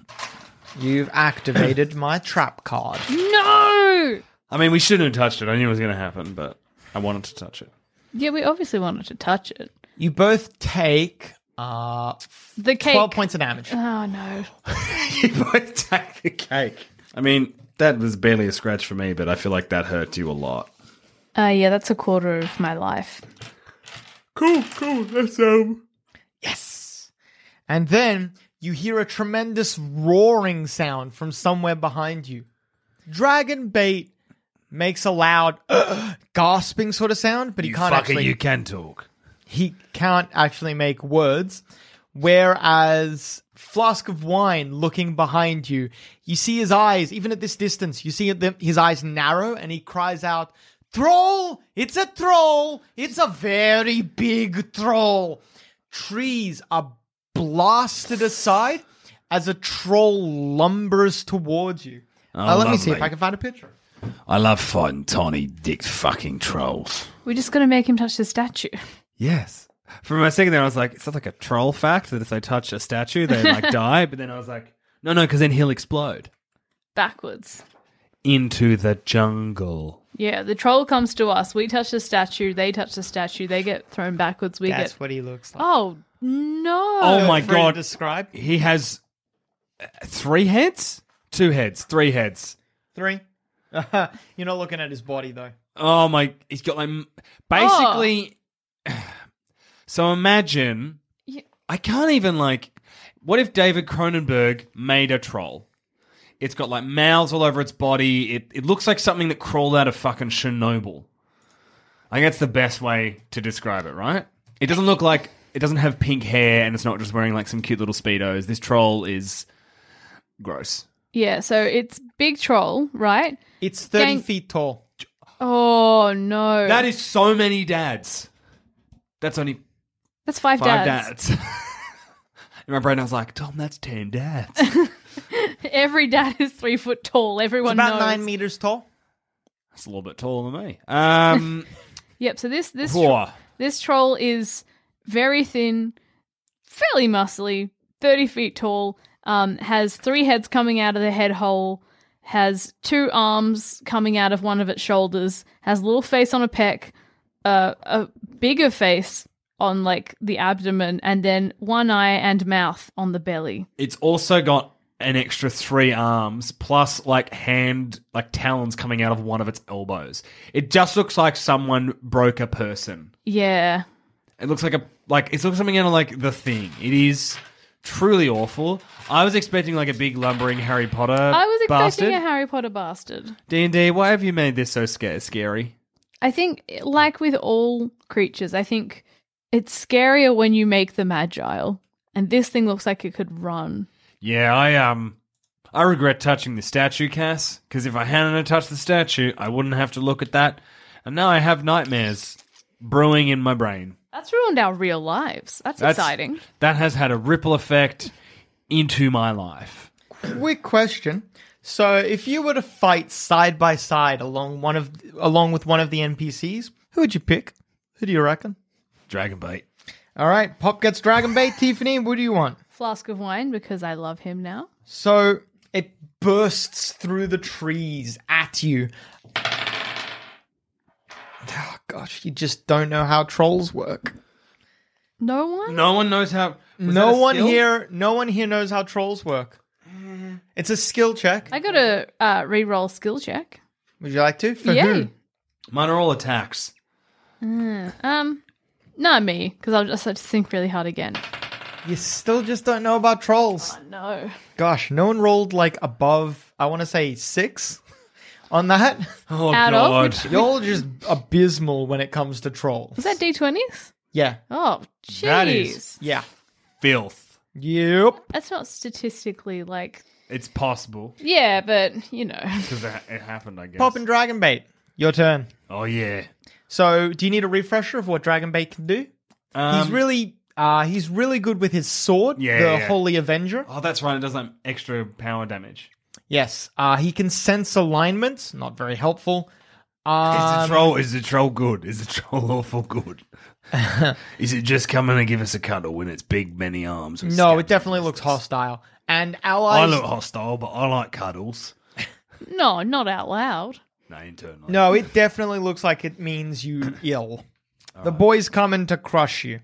S3: You've activated my trap card.
S5: No.
S4: I mean, we shouldn't have touched it. I knew it was going to happen, but I wanted to touch it.
S5: Yeah, we obviously wanted to touch it.
S3: You both take uh,
S5: The cake.
S3: twelve points of damage.
S5: Oh no.
S4: you both take the cake. I mean, that was barely a scratch for me, but I feel like that hurt you a lot.
S5: Uh, yeah, that's a quarter of my life.
S4: Cool, cool. That's um.
S3: Yes. And then you hear a tremendous roaring sound from somewhere behind you. Dragon Bait makes a loud gasping sort of sound, but he
S4: You
S3: can't
S4: fucker,
S3: actually
S4: you can talk.
S3: he can't actually make words. Whereas flask of wine looking behind you, you see his eyes, even at this distance, you see them, his eyes narrow and he cries out, Troll! It's a troll! It's a very big troll! Trees are blasted aside as a troll lumbers towards you. Uh, let me see if
S4: Oh, lovely.
S3: I can find a picture.
S4: I love fighting tiny dick fucking trolls.
S5: We just got to make him touch the statue.
S4: Yes. For my second there, I was like, it's not like a troll fact that if they touch a statue, they like die. But then I was like, no, no, because then he'll explode
S5: Backwards.
S4: into the jungle.
S5: Yeah, the troll comes to us. We touch the statue. They touch the statue. They get thrown backwards. We
S3: That's
S5: get.
S3: what he looks like.
S5: Oh no!
S4: Oh my
S3: Friend
S4: god!
S3: Describe
S4: He has uh, three heads, two heads, three heads.
S3: three. You're not looking at his body though.
S4: Oh my! He's got like m- basically. so imagine.
S5: Oh. Yeah.
S4: I can't even like. What if David Cronenberg made a troll? It's got like mouths all over its body. It it looks like something that crawled out of fucking Chernobyl. I think that's the best way to describe it, right? It doesn't look like it doesn't have pink hair, and it's not just wearing like some cute little speedos. This troll is gross.
S5: Yeah, so it's big troll, right?
S3: It's 30
S5: Gang-
S3: feet tall.
S5: Oh no!
S4: That is so many dads. That's only
S5: That's five,
S4: five
S5: dads.
S4: dads. In my brain, I was like, Tom, that's ten dads.
S5: Every dad is three foot tall.
S3: It's
S5: Everyone
S3: about
S5: knows.
S3: nine meters tall.
S4: that's a little bit taller than me. Um,
S5: Yep. So this this tro-
S4: whoa.
S5: this troll is very thin, fairly muscly, thirty feet tall. Um, has three heads coming out of the head hole. Has two arms coming out of one of its shoulders. Has a little face on a peck, uh, a bigger face on like the abdomen, and then one eye and mouth on the belly.
S4: it's also got an extra three arms plus like hand like talons coming out of one of its elbows. It just looks like someone broke a person.
S5: Yeah.
S4: It looks like a like it's looks something out of like the thing. It is truly awful. I was expecting like a big lumbering Harry Potter.
S5: I was expecting
S4: bastard.
S5: a Harry Potter bastard.
S4: D and D. Why have you made this so sca- scary?
S5: I think, like with all creatures, I think it's scarier when you make them agile. And this thing looks like it could run.
S4: Yeah, I um, I regret touching the statue, Cass. Because if I hadn't touched the statue, I wouldn't have to look at that. And now I have nightmares brewing in my brain.
S5: That's ruined our real lives. That's,
S4: That's-
S5: exciting.
S4: That has had a ripple effect into my life.
S3: Quick question. So if you were to fight side by side along one of along with one of the NPCs, who would you pick? Who do you reckon?
S4: Dragon bait.
S3: All right, Pop gets Dragon Bait, Tiffany, what do you want?
S5: Flask of wine because I love him now.
S3: So it bursts through the trees at you. Oh, gosh, you just don't know how trolls work.
S5: No one?
S4: No one knows how. was
S3: no
S4: that a
S3: one
S4: skill?
S3: here, no one here knows how trolls work. It's a skill check.
S5: I got a uh, re-roll skill check.
S3: Would you like to? For
S5: Yay.
S3: who?
S4: Mine are all attacks.
S5: Uh, um, no, me, because I'll just have to think really hard again.
S3: You still just don't know about trolls.
S5: No.
S3: Gosh, no one rolled like above, I want to say six on that.
S4: Oh,
S5: Out of God. which-
S3: Y'all are just abysmal when it comes to trolls.
S5: Is that D20s?
S3: Yeah.
S5: Oh,
S4: That
S5: jeez.
S4: is-
S3: Yeah.
S4: Filth.
S3: Yep.
S5: That's not statistically like.
S4: It's possible
S5: Yeah, but, you know.
S4: because it, it happened, I guess.
S3: Pop and Dragon Bait. Your turn.
S4: oh, yeah.
S3: So, do you need a refresher of what Dragon Bait can do?
S4: Um,
S3: he's really uh he's really good with his sword,
S4: Yeah,
S3: the
S4: yeah.
S3: Holy Avenger.
S4: Oh, that's right. It does that extra power damage.
S3: Yes. Uh he can sense alignments, not very helpful.
S4: is
S3: Um,
S4: the troll is the troll good? Is the troll awful good? is it just coming and give us a cuddle when it's big, many arms? with
S3: no, it
S4: scabs
S3: definitely
S4: and
S3: looks
S4: stuff?
S3: hostile. And
S4: I
S3: allies
S4: look hostile, but I like cuddles.
S5: No, not out loud.
S4: No, internally.
S3: No, it definitely looks like it means you ill. the boy's coming to crush you.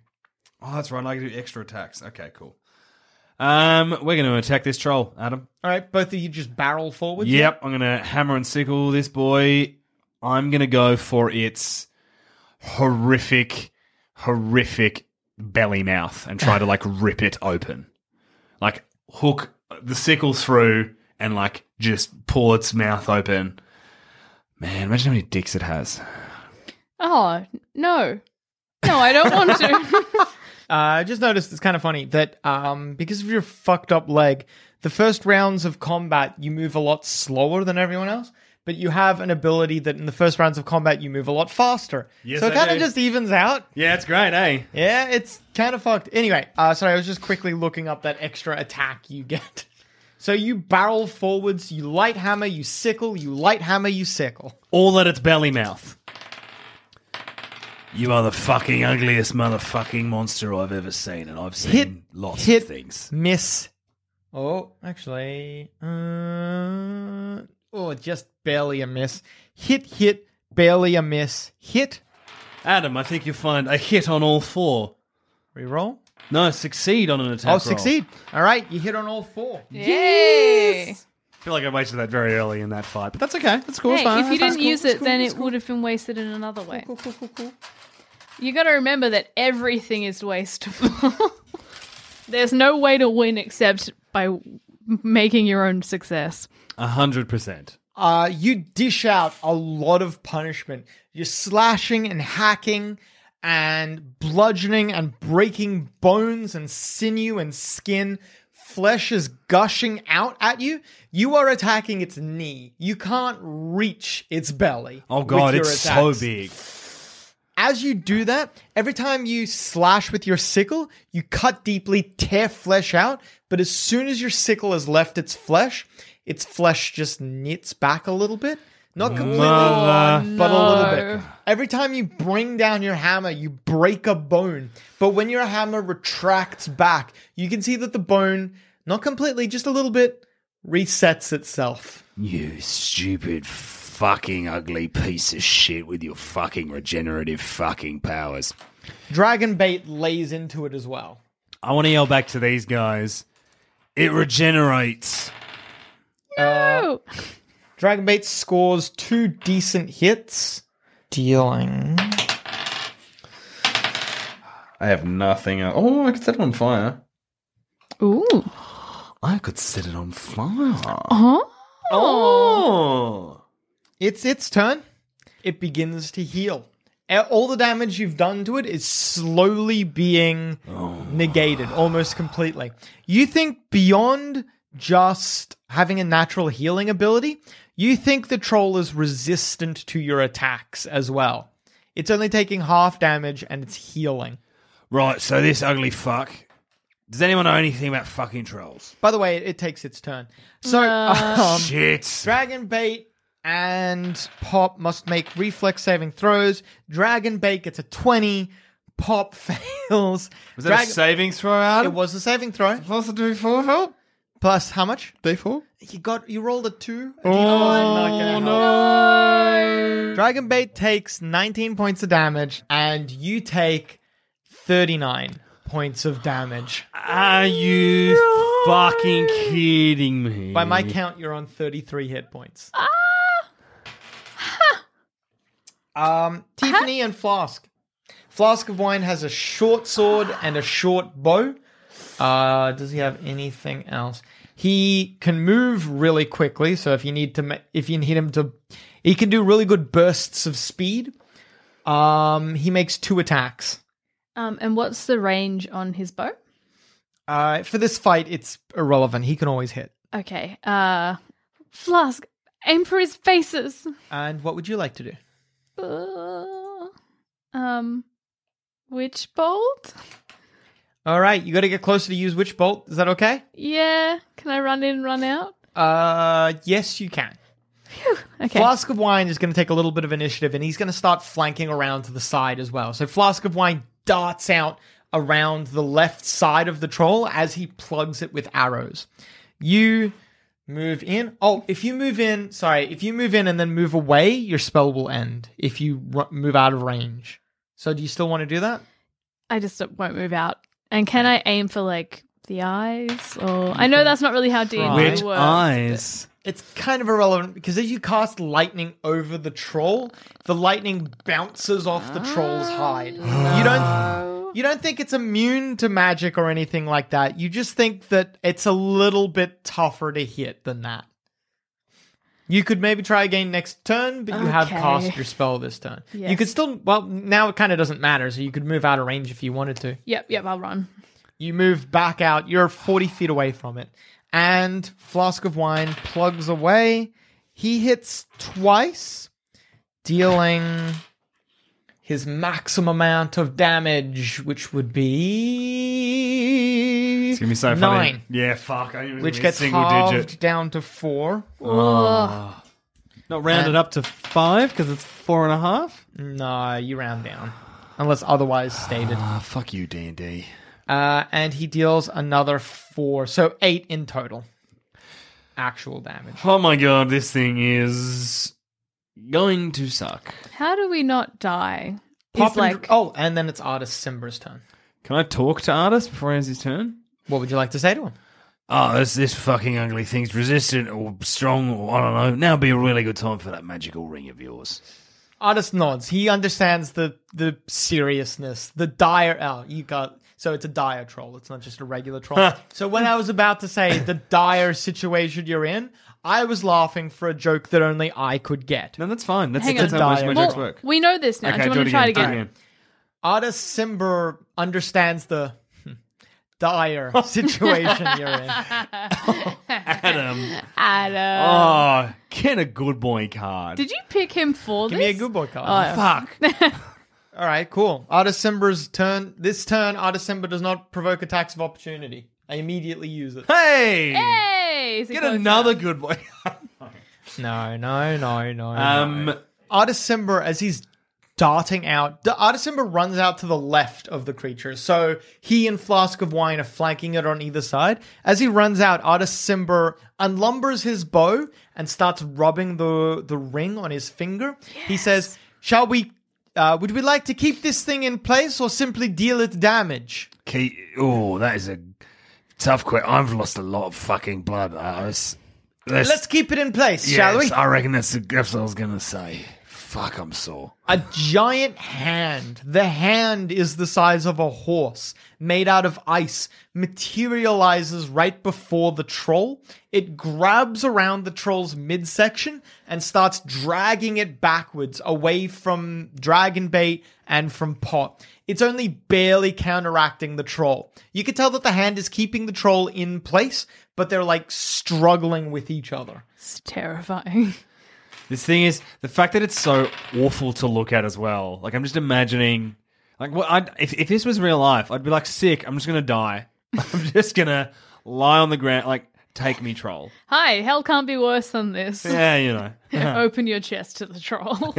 S4: Oh, that's right. I can do extra attacks. Okay, cool. Um, we're going to attack this troll, Adam.
S3: All right, both of you just barrel forward.
S4: Yep, I'm gonna hammer and sickle this boy. I'm gonna go for its horrific, horrific belly mouth and try to like rip it open, like hook the sickle through and like just pull its mouth open. Man, imagine how many dicks it has.
S5: Oh, no. No, I don't want to.
S3: Uh, I just noticed it's kind of funny that um, because of your fucked up leg, the first rounds of combat you move a lot slower than everyone else, but you have an ability that in the first rounds of combat you move a lot faster.
S4: Yes,
S3: so it
S4: I
S3: kind of
S4: do.
S3: just evens out.
S4: Yeah, it's great, eh?
S3: Yeah, it's kind of fucked. Anyway, uh, sorry, I was just quickly looking up that extra attack you get. So you barrel forwards, you light hammer, you sickle, you light hammer, you sickle.
S4: All at its belly mouth.
S6: You are the fucking ugliest motherfucking monster I've ever seen, and I've seen
S3: Hit,
S6: lots
S3: hit.
S6: of things.
S3: Miss. Oh, actually, uh, oh, just barely a miss. Hit, hit, barely a miss. Hit.
S4: Adam, I think you find a hit on all four.
S3: Reroll.
S4: No, succeed on an attack.
S3: Oh,
S4: roll.
S3: succeed. All right, you hit on all four.
S5: Yay!
S4: I feel like I wasted that very early in that fight, but that's okay. That's cool. it's
S5: Hey,
S4: fine.
S5: if you didn't use it, then it would have been wasted in another way. You got to remember that everything is wasteful. There's no way to win except by w- making your own success.
S4: A hundred percent.
S3: Uh, you dish out a lot of punishment. You're slashing and hacking and bludgeoning and breaking bones and sinew and skin. Flesh is gushing out at you. You are attacking its knee. You can't reach its belly.
S4: Oh
S3: with
S4: god,
S3: your
S4: it's
S3: attacks.
S4: so big.
S3: As you do that, every time you slash with your sickle, you cut deeply, tear flesh out. But as soon as your sickle has left its flesh, its flesh just knits back a little bit. Not completely,
S4: Mother-
S3: but a little
S5: no.
S3: bit. Every time you bring down your hammer, you break a bone. But when your hammer retracts back, you can see that the bone, not completely, just a little bit, resets itself.
S6: You stupid fucking ugly piece of shit with your fucking regenerative fucking powers.
S3: Dragon bait lays into it as well.
S4: I want to yell back to these guys. It regenerates.
S5: Oh,
S3: Dragonbait scores two decent hits, dealing.
S4: I have nothing. el- Oh, I could set it on fire.
S5: ooh,
S4: I could set it on fire.
S5: huh?
S4: Oh.
S3: It's its turn. It begins to heal. A- All the damage you've done to it is slowly being negated almost completely. You think beyond just having a natural healing ability, you think the troll is resistant to your attacks as well. It's only taking half damage and it's healing.
S6: Right, so this ugly fuck. Does anyone know anything about fucking trolls?
S3: By the way, it takes its turn. So, um,
S6: Shit.
S3: Dragon Bait and Pop must make reflex saving throws. Dragon Bait gets a 20. Pop fails.
S4: Was that a
S3: Dragon-
S4: saving throw out?
S3: It was a saving throw.
S4: Plus a D four help.
S3: Plus how much?
S4: D four.
S3: You got you rolled a 2. a D4,
S4: Oh
S3: not gonna help.
S4: no.
S3: Dragon Bait takes 19 points of damage and you take 39 points of damage.
S4: Are you fucking kidding me?
S3: By my count, you're on 33 hit points. Ah! Um, Tiffany and Flask. Flask of Wine has a short sword and a short bow. Uh, does he have anything else? He can move really quickly, so if you need to, ma- if you need him to, he can do really good bursts of speed. Um, he makes two attacks.
S5: Um, and what's the range on his bow?
S3: Uh, for this fight, it's irrelevant. He can always hit.
S5: Okay. Uh, Flask, aim for his faces.
S3: And what would you like to do?
S5: Uh, um, Witch Bolt?
S3: All right, you got to get closer to use Witch Bolt. Is that okay?
S5: Yeah. Can I run in, run out?
S3: Uh, yes, you can.
S5: Okay.
S3: Flask of Wine is going to take a little bit of initiative and he's going to start flanking around to the side as well. So Flask of Wine darts out around the left side of the troll as he plugs it with arrows. You move in. Oh, if you move in, sorry, if you move in and then move away, your spell will end if you ru- move out of range. So do you still want to do that?
S5: I just don't- won't move out. And can I aim for like the eyes? Or I know that's not really how D and D works.
S4: Which
S5: but-
S4: eyes?
S3: it's kind of irrelevant because as you cast lightning over the troll, the lightning bounces off the troll's hide. You
S5: Ah.
S3: don't you don't think it's immune to magic or anything like that. You just think that it's a little bit tougher to hit than that. You could maybe try again next turn, but you have
S5: Okay.
S3: cast your spell this turn. You
S5: Yes.
S3: could still well now it kind of doesn't matter, so you could move out of range if you wanted to.
S5: Yep, yep, I'll run.
S3: You move back out. You're 40 feet away from it. And Flask of Wine plugs away. He hits twice, dealing his maximum amount of damage, which would be.
S4: It's gonna be so funny.
S3: Nine.
S4: Yeah, fuck. I knew it was gonna
S3: Which
S4: be
S3: gets
S4: single
S3: halved
S4: digit.
S3: down to four.
S7: Not rounded
S5: Uh,
S3: And-
S7: up to five because it's four and a half.
S3: No, you round down. Unless otherwise stated.
S4: Ah, fuck you, D and D.
S3: Uh, and he deals another four. So eight in total. Actual damage.
S4: Oh my god, this thing is going to suck.
S5: How do we not die?
S3: Pop
S5: He's
S3: and-
S5: like,
S3: oh, and then it's artist Simbra's turn.
S7: Can I talk to Artis before he has his turn?
S3: What would you like to say to him?
S4: Ah,
S6: Oh, this, this fucking ugly thing's resistant or strong or I don't know. Now would be a really good time for that magical ring of yours.
S3: Artist nods. He understands the the seriousness, the dire. Oh, you got so it's a dire troll. It's not just a regular troll. so when I was about to say the dire situation you're in, I was laughing for a joke that only I could get.
S7: No, that's fine. That's,
S5: Hang
S7: that's
S5: on.
S7: how most of my
S3: Well-
S7: jokes work.
S5: we know this now. do you want to try it again?
S3: Artist Simber understands the hmm, dire situation you're in.
S4: Adam.
S7: Uh,
S5: Adam,
S4: Oh, get a good boy card.
S5: did you pick him for
S3: Give
S5: this?
S3: me a good boy card.
S4: fuck.
S3: All right, cool. Artisimbra's turn. This turn, Artisimba does not provoke attacks of opportunity. I immediately use it.
S4: hey,
S5: Hey, is it
S4: get
S5: close
S4: another
S5: enough?
S4: good boy. card.
S3: No, no, no, no.
S4: Um,
S3: no. Artisimber, as he's darting out, D- Artisimber runs out to the left of the creature. So he and Flask of Wine are flanking it on either side. As he runs out, Artisimber unlumbers his bow and starts rubbing the, the ring on his finger. He says, Shall we. Uh, would we like to keep this thing in place or simply deal it damage?
S6: Keep, oh, that is a tough quit. I've lost a lot of fucking blood. Uh, let's, let's,
S3: Let's keep it in place, shall we?
S6: yes, I reckon that's, that's what I was going to say. Fuck, I'm sore.
S3: A giant hand. The hand is the size of a horse, made out of ice, materializes right before the troll. It grabs around the troll's midsection and starts dragging it backwards away from Dragon Bait and from Pot. It's only barely counteracting the troll. You can tell that the hand is keeping the troll in place, but they're like struggling with each other.
S5: It's terrifying.
S4: This thing is the fact that it's so awful to look at as well. Like I'm just imagining, like what I'd, if if this was real life, I'd be like sick. I'm just gonna die. I'm just gonna lie on the ground. Like take me, troll.
S5: Hi, hell can't be worse than this.
S4: Yeah, you know.
S5: Open your chest to the troll.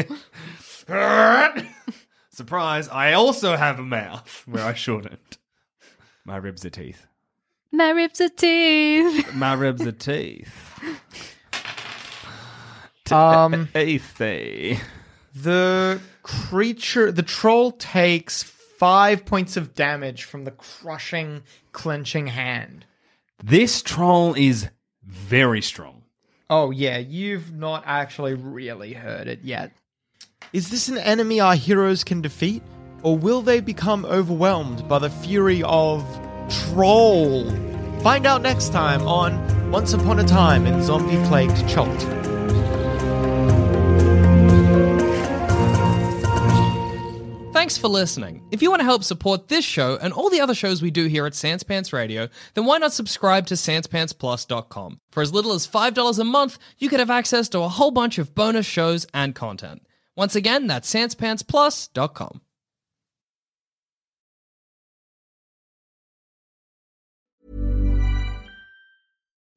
S4: Surprise! I also have a mouth where I shouldn't. My ribs are teeth.
S5: My ribs are teeth.
S4: My ribs are teeth.
S3: Um.
S4: Teethy.
S3: The creature, the troll takes five points of damage from the crushing, clenching hand.
S4: This troll is very strong.
S3: Oh, yeah, you've not actually really heard it yet. Is this an enemy our heroes can defeat? Or will they become overwhelmed by the fury of Troll? Find out next time on Once Upon a Time in Zombie Plagued Chult.
S9: Thanks for listening. If you want to help support this show and all the other shows we do here at Sans Pants Radio, then why not subscribe to SansPantsPlus.com? For as little as $5 a month, you could have access to a whole bunch of bonus shows and content. Once again, that's SansPantsPlus.com.